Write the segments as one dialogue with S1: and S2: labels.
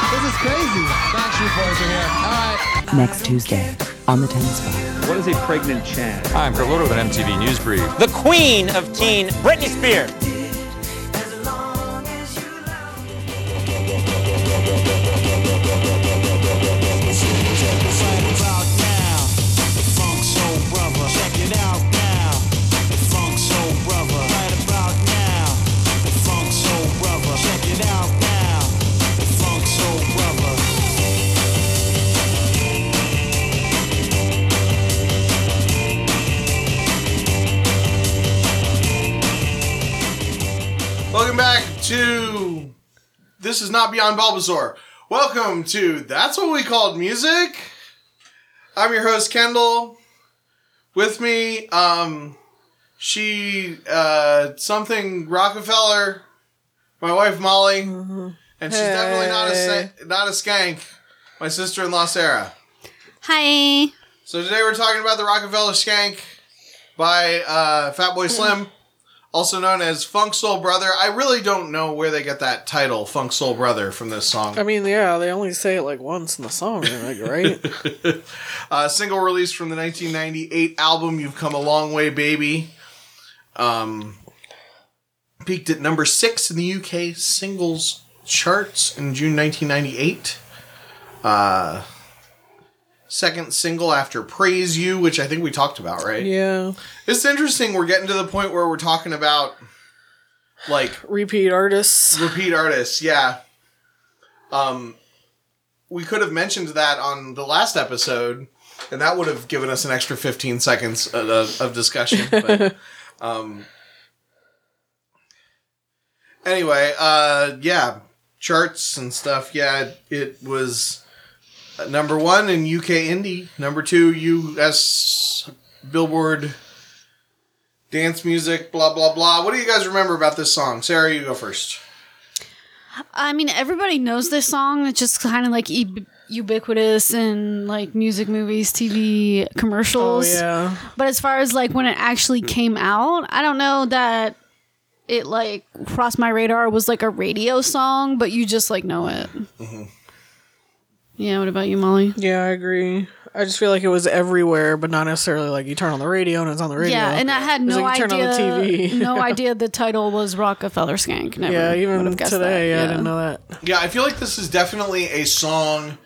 S1: crazy.
S2: Backstreet Boys are here. All right.
S3: next Tuesday on the Tennis Bar.
S4: What is a pregnant Chad?
S5: Hi, I'm Kurt Loder with an MTV News Brief.
S6: the queen of teen, Britney Spears.
S1: Welcome back to This is Not Beyond Bulbasaur. Welcome to That's What We Called Music. I'm your host, Kendall. With me, um, she, uh, something Rockefeller, my wife Molly, and she's definitely not a, sa- not a skank, my sister in law Sarah.
S7: Hi.
S1: So today we're talking about the Rockefeller Skank by uh, Fatboy Slim, also known as Funk Soul Brother. I really don't know where they get that title, Funk Soul Brother, from this song.
S8: I mean, yeah, they only say it like once in the song, and like, right?
S1: A single release from the 1998 album "You've Come a Long Way, Baby." Um, peaked at number six in the UK singles charts in June 1998. Uh, second single after "Praise You," which I think we talked about, right?
S8: yeah.
S1: It's interesting. We're getting to the point where we're talking about like
S8: Repeat artists.
S1: repeat artists. Yeah. Um, we could have mentioned that on the last episode, and that would have given us an extra fifteen seconds of, of, of discussion. But, um. Anyway, uh, yeah, charts and stuff. Yeah, it was uh, number one in UK indie, number two US Billboard dance music, blah blah blah. What do you guys remember about this song? Sarah, you go first.
S7: I mean, everybody knows this song. It's just kind of like ub- ubiquitous in like music, movies, TV,
S8: Oh
S7: commercials.
S8: yeah.
S7: But as far as like when it actually came out, I don't know that it like crossed my radar was like a radio song, but you just like know it.
S8: Mm-hmm.
S7: Yeah. What about you, Molly?
S8: Yeah, I agree. I just feel like it was everywhere, but not necessarily like you turn on the radio and it's on the radio.
S7: Yeah, and I had no
S8: like you turn
S7: idea.
S8: on the TV.
S7: no idea the title was Rockefeller Skank. Never
S8: yeah, even
S7: would've guessed
S8: today,
S7: that.
S8: I didn't know that.
S1: Yeah, I feel like this is definitely a song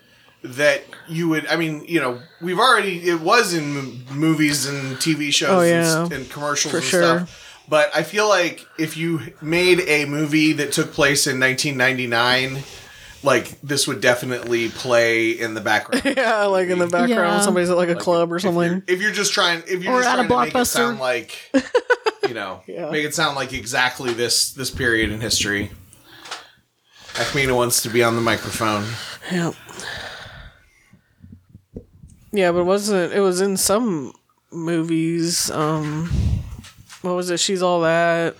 S1: that you would. I mean, you know, we've already it was in m- movies and TV shows
S8: Oh,
S1: and s- and,
S8: yeah.
S1: commercials
S8: For
S1: and
S8: sure.
S1: stuff. But I feel like if you made a movie that took place in 1999, like this would definitely play in the background.
S8: Yeah, like in the background,
S7: Yeah.
S8: when somebody's at like a club or something.
S1: if you're just trying, if you're
S7: Or
S1: just
S7: at
S1: trying
S7: a
S1: to make it
S7: Blockbuster.
S1: sound like, you know,
S8: Yeah.
S1: make it sound like exactly this this period in history. Akmina wants to be on the microphone.
S8: Yeah. Yeah, but it wasn't it was in some movies. Um, what was it? She's all that.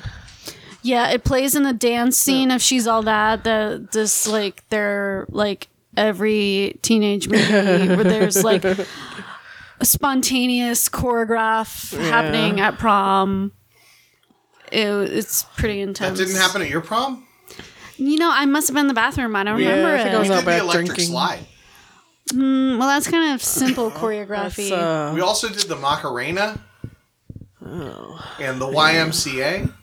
S7: Yeah, it plays in the dance scene of She's All That. The this like they're like every teenage movie where there's like a spontaneous choreograph happening at prom. It, it's pretty
S1: That
S7: intense.
S1: didn't happen at your prom.
S7: You know, I must have been in the bathroom. I don't remember
S8: I think I
S7: it.
S8: was
S1: We
S8: out
S1: did the
S8: back
S1: electric
S8: drinking.
S1: slide. "Oh."
S7: well, that's kind of simple choreography.
S8: It's, uh,
S1: We also did the Macarena. And the
S7: Oh.
S1: YMCA.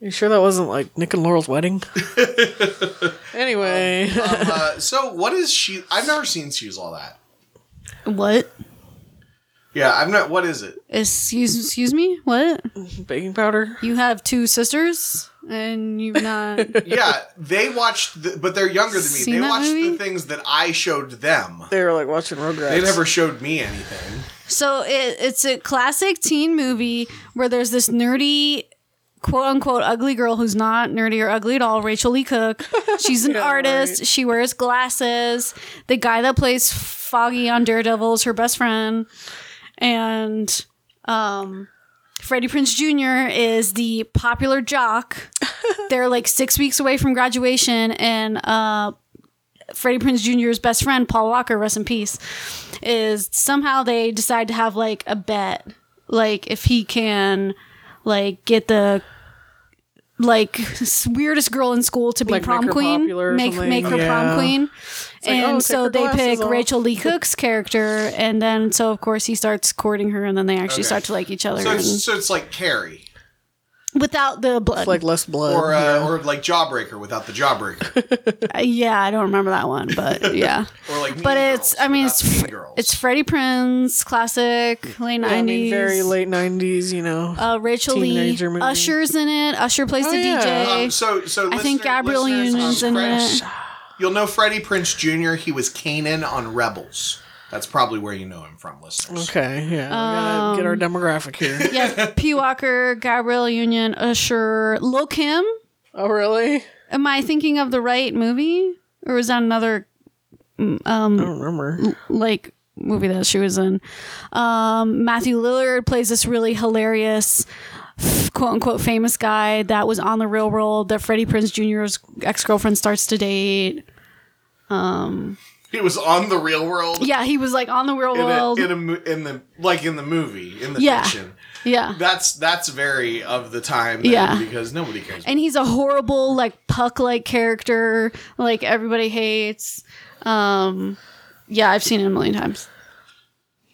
S8: you sure that wasn't like Nick and Laurel's wedding? anyway,
S1: Uh, so what is she? I've never seen She's All That. uh,
S7: what?
S1: Yeah, I've not. What is it?
S7: Excuse, excuse me. What?
S8: baking powder.
S7: You have two sisters, and you've not.
S1: Yeah, they watched, the, but they're younger than me.
S7: Seen
S1: they
S7: that
S1: watched the
S7: movie?
S1: things that I showed them.
S8: They were like watching Rugrats.
S1: They never showed me anything.
S7: So it, it's a classic teen movie where there's this nerdy, quote unquote, ugly girl who's not nerdy or ugly at all, Rachel Lee Cook. She's an artist. She wears glasses. The guy that plays Foggy on Daredevil is her best friend. And um, Freddie Prince Jr. is the popular jock. They're like six weeks away from graduation, and uh, Freddie Prince Jr.'s best friend, Paul Walker, rest in peace, is somehow they decide to have like a bet, like if he can, like get the like s- weirdest girl in school to be
S8: Like,
S7: prom
S8: make her
S7: queen,
S8: popular or
S7: make
S8: something.
S7: make her
S8: Yeah.
S7: prom queen,
S8: like,
S7: and
S8: oh, take
S7: so
S8: her
S7: they
S8: glasses
S7: pick
S8: off.
S7: Rachel Lee Cook's character, and then so of course he starts courting her, and then they actually
S1: Okay.
S7: start to like each other,
S1: So
S7: and-
S1: it's, so it's like Carrie
S7: without the blood.
S8: like less blood.
S1: or uh,
S8: yeah.
S1: or like Jawbreaker without the Jawbreaker
S7: Uh, yeah, I don't remember that one, but yeah.
S1: or like. Mean
S7: But it's,
S1: Girls
S7: I mean,
S1: without
S7: it's
S1: the Mean
S7: fr-
S1: Girls.
S7: it's Freddie Prinz, classic late
S8: Yeah, I
S7: nineties,
S8: mean, very late nineties. You know,
S7: Uh, Rachel Lee,
S8: teenager movie.
S7: Usher's in it. Usher plays
S8: Oh,
S7: the
S8: yeah.
S7: DJ.
S1: Um, so so
S7: I think
S1: listener-
S7: Gabrielle
S1: listeners, um,
S7: Union's in
S1: French-
S7: it.
S1: You'll know Freddie Prince Jr. He was Kanan on Rebels. That's probably where you know him from, listeners.
S8: okay, yeah, we gotta
S7: um,
S8: get our demographic here.
S7: Yes, P. Walker, Gabrielle Union, Usher, Lil Kim.
S8: oh, really?
S7: Am I thinking of the right movie, or was that another
S8: I don't remember.
S7: like movie that she was in? Um, Matthew Lillard plays this really hilarious. "Quote unquote famous guy that was on the real world that Freddie Prince Jr.'s ex girlfriend starts to date.
S1: He was on the Real World.
S7: Yeah, he was like on the real
S1: In, a,
S7: world.
S1: in, a, mo- in the like in the movie in the
S7: Yeah.
S1: fiction.
S7: yeah,
S1: That's that's very of the time. then,
S7: Yeah.
S1: because nobody cares.
S7: and he's a horrible like puck like character like everybody hates um yeah i've seen it a million times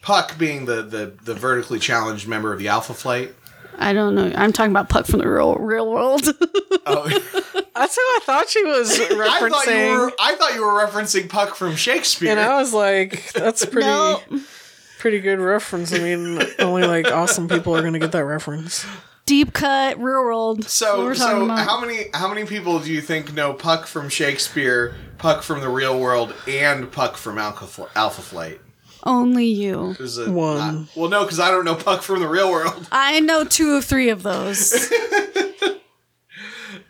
S1: Puck being the, the the vertically challenged member of the Alpha Flight.
S7: i don't know i'm talking about puck from the real real world
S1: Oh.
S8: That's who I thought she was
S1: I
S8: referencing.
S1: thought you were I thought you were referencing Puck from Shakespeare.
S8: And I was like, that's pretty
S7: No.
S8: pretty good reference. I mean, only like awesome people are gonna get that reference.
S7: deep cut real world That's what
S1: so
S7: we're talking
S1: so
S7: about.
S1: how many how many people do you think know Puck from Shakespeare, Puck from the Real World, and Puck from Alpha, Fl- Alpha Flight?
S7: only you
S1: There's a
S8: One.
S1: not- well, no, because I don't know Puck from the Real World.
S7: i know two of three of those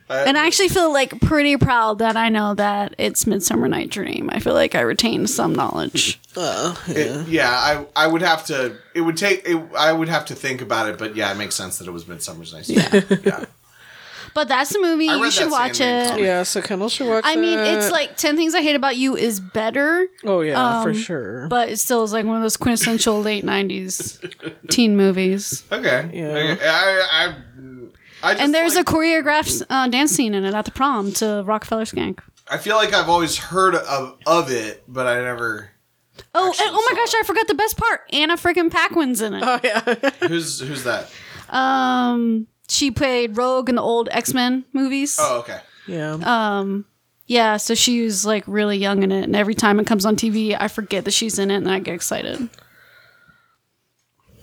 S7: and i actually feel like pretty proud that i know that it's midsummer night dream i feel like i retained some knowledge
S1: It- yeah, I I would have to. It would take. It, I would have to think about it. But yeah, it makes sense that it was Midsummer's Night's Dream. Yeah.
S7: but that's the movie
S1: I
S7: you
S1: read
S7: should
S1: that
S7: watch
S1: Sandman
S7: it
S1: comic.
S8: Yeah, so Kendall should watch.
S7: I mean, it's
S8: that.
S7: like 10 Things I Hate About You is better,
S8: oh yeah, for sure.
S7: but it still is like one of those quintessential late 90s teen movies.
S1: Okay.
S8: Yeah.
S1: Okay. I I. I just
S7: And there's
S1: like,
S7: a choreographed uh, dance scene in it at the prom to Rockefeller Skank.
S1: I feel like I've always heard of of it, but I never.
S7: Oh,
S1: Actually
S7: and, oh my
S1: saw
S7: gosh, I forgot the best part. Anna freaking Paquin's in it.
S8: Oh,
S1: Who's who's that?
S7: um, she played Rogue in the old X Men movies.
S1: Oh, okay.
S8: yeah,
S7: Yeah, so she was like really young in it. And every time it comes on TV, I forget that she's in it and I get excited.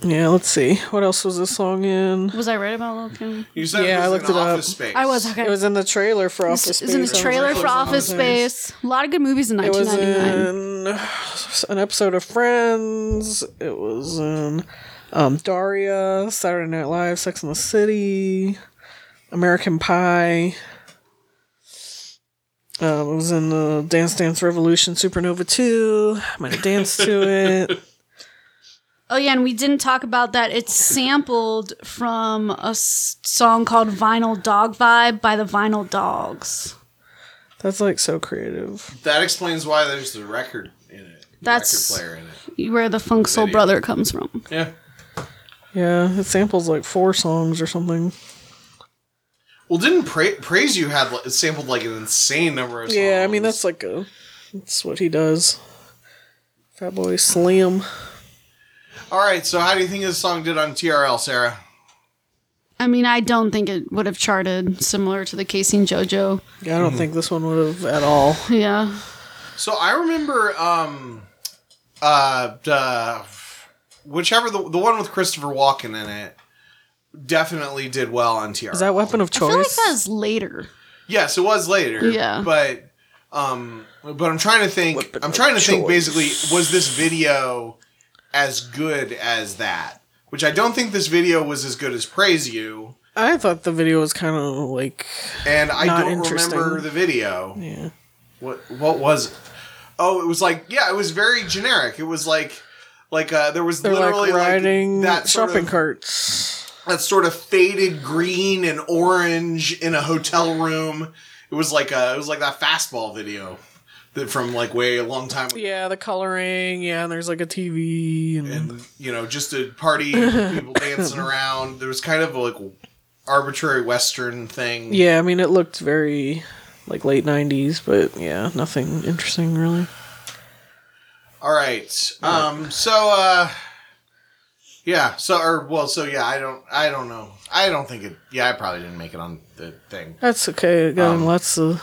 S8: yeah. Let's see what else was this song in.
S7: Was I right about Lil Kim?
S1: You said
S8: Yeah,
S1: it was
S8: I looked
S1: in
S8: it up.
S1: Office Space.
S7: I was, okay.
S8: It was in the trailer for Office
S7: This
S8: Space.
S7: is in
S8: I
S7: the
S8: was
S7: trailer
S8: like,
S7: for Office Space. A lot of good movies in
S8: It was uh,
S7: 1999.
S8: in an episode of Friends. It was in um, Daria, Saturday Night Live, Sex in the City, American Pie. Um, it was in the Dance Dance Revolution Supernova 2. I might have danced to it.
S7: oh yeah, and we didn't talk about that. It's sampled from a s- song called "Vinyl Dog Vibe" by the Vinyl Dogs.
S8: That's like so creative.
S1: that explains why there's the record in it. the
S7: That's-
S1: record player in it.
S7: Where the Funk Soul
S1: Video.
S7: Brother comes from.
S1: Yeah.
S8: Yeah, it samples like four songs or something.
S1: Well, didn't pra- praise you had like, sampled like an insane number of songs?
S8: Yeah, I mean that's like a that's what he does. Fat Boy Slim.
S1: all right. So, how do you think this song did on TRL, Sarah?
S7: I mean, I don't think it would have charted similar to the Casey and JoJo.
S8: Yeah, I
S1: Hmm.
S8: don't think this one would have at all.
S7: Yeah,
S1: So I remember, um, uh, uh, whichever the the one with Christopher Walken in it definitely did well on TRL.
S8: Is that Weapon of
S7: I
S8: Choice?
S7: feel like that was later.
S1: Yes, it was later.
S7: Yeah.
S1: but um, but I'm trying to think. I'm trying to think. Basically, was this video as good as that? Which I don't think this video was as good as Praise You,
S8: I thought the video was kind of like
S1: and I
S8: Not
S1: don't remember
S8: interesting.
S1: the video.
S8: yeah.
S1: What what was it? Oh, it was like yeah, it was very generic. It was like like uh there was
S8: They're
S1: literally
S8: like riding
S1: that sort
S8: shopping
S1: of,
S8: carts.
S1: that sort of faded green and orange in a hotel room. It was like uh it was like that fastball video that from like way a long time ago.
S8: Yeah, the coloring. Yeah, and there's like a TV and,
S1: And you know, just a party people dancing around. There was kind of like arbitrary Western thing.
S8: Yeah, I mean, it looked very like late '90s, but yeah, nothing interesting really.
S1: All right. Um. So. uh Yeah. So or well. So yeah. I don't. I don't know. I don't think it. Yeah. I probably didn't make it on the thing.
S8: That's okay. It
S1: Um,
S8: got in lots of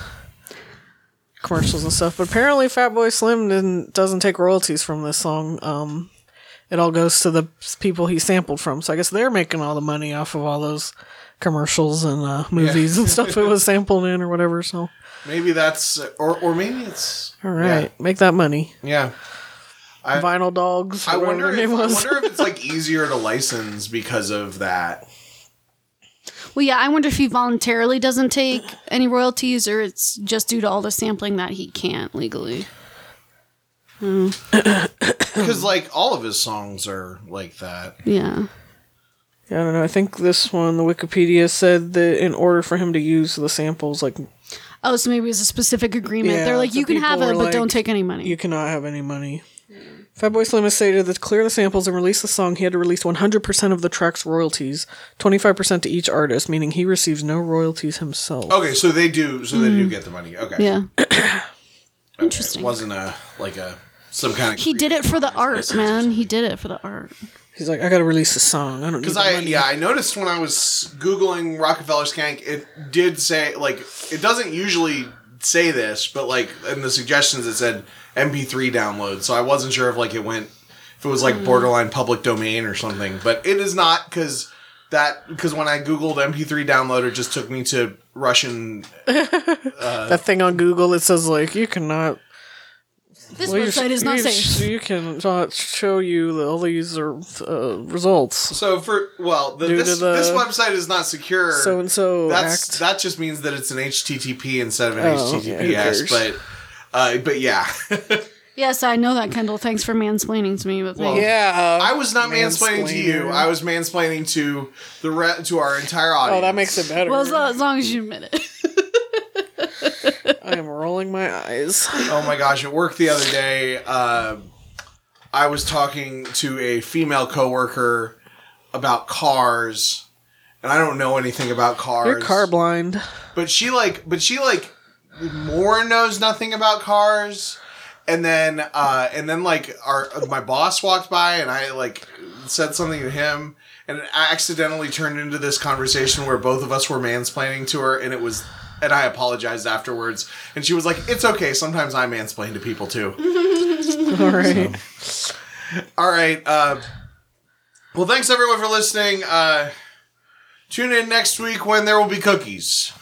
S8: commercials and stuff. But apparently, Fatboy Slim didn't, doesn't take royalties from this song. Um, it all goes to the people he sampled from. So I guess they're making all the money off of all those commercials and uh, movies and stuff it was sampled in or whatever. So
S1: Maybe that's or or maybe it's.
S8: all right, make that money.
S1: Yeah. I-
S8: Vinyl Dogs.
S1: I
S8: or whatever
S1: wonder.
S8: their
S1: If,
S8: name
S1: I
S8: was.
S1: wonder if it's like easier to license because of that.
S7: Well, yeah, I wonder if he voluntarily doesn't take any royalties or it's just due to all the sampling that he can't legally.
S1: Because like all of his songs are like that.
S7: Yeah.
S8: Yeah, I don't know. I think this one, the Wikipedia said that in order for him to use the samples, like
S7: Oh, so maybe it's a specific agreement.
S8: Yeah,
S7: They're like,
S8: the
S7: you can have
S8: people
S7: it,
S8: were
S7: but
S8: like,
S7: don't take any money.
S8: you cannot have any money. Fatboy Slim has stated that to clear the samples and release the song, he had to release 100% of the track's royalties, 25% to each artist, meaning he receives no royalties himself.
S1: Okay. So they do. So they do get the money. Okay.
S7: Hmm. yeah.
S1: Okay,
S7: Interesting.
S1: It wasn't a like a some kind of
S7: He did it for the art, man. He did it for the art.
S8: He's like, I gotta release the song. I don't need
S1: because
S8: the
S1: I
S8: money.
S1: yeah I noticed when I was googling Rockefeller Skank it did say like it doesn't usually say this but like in the suggestions it said MP3 download so I wasn't sure if like it went if it was
S8: Hmm.
S1: like borderline public domain or something but it is not because that because when I googled MP3 download it just took me to Russian
S8: That thing on Google that says, like, you cannot.
S7: This
S8: well, you
S7: website
S8: sh-
S7: is not
S8: you
S7: safe.
S8: sh- You cannot show you the, all these are, uh, results.
S1: so for well the,
S8: Due to
S1: this
S8: the-
S1: this website is not secure
S8: So and so
S1: That's
S8: act.
S1: that just means that it's an HTTP instead of an
S8: Oh, okay, who
S1: HTTPS,
S8: cares?
S1: but uh, but yeah,
S7: Yes, I know that, Kendall. Thanks for mansplaining to me. But
S1: Well,
S8: yeah.
S1: I was not mansplaining to you.
S8: Mansplainer.
S1: I was mansplaining to the re- to our entire audience.
S8: Oh, that makes it better.
S7: well as, long, as long as you admit it.
S8: I am rolling my eyes.
S1: Oh my gosh! At work the other day, uh, I was talking to a female coworker about cars, and I don't know anything about cars.
S8: You're carblind.
S1: but she like but she like more knows nothing about cars and then uh and then like our my boss walked by and i like said something to him and it accidentally turned into this conversation where both of us were mansplaining to her and it was and i apologized afterwards and she was like it's okay sometimes i mansplain to people too
S8: All right.
S1: all right uh well thanks everyone for listening uh tune in next week when there will be cookies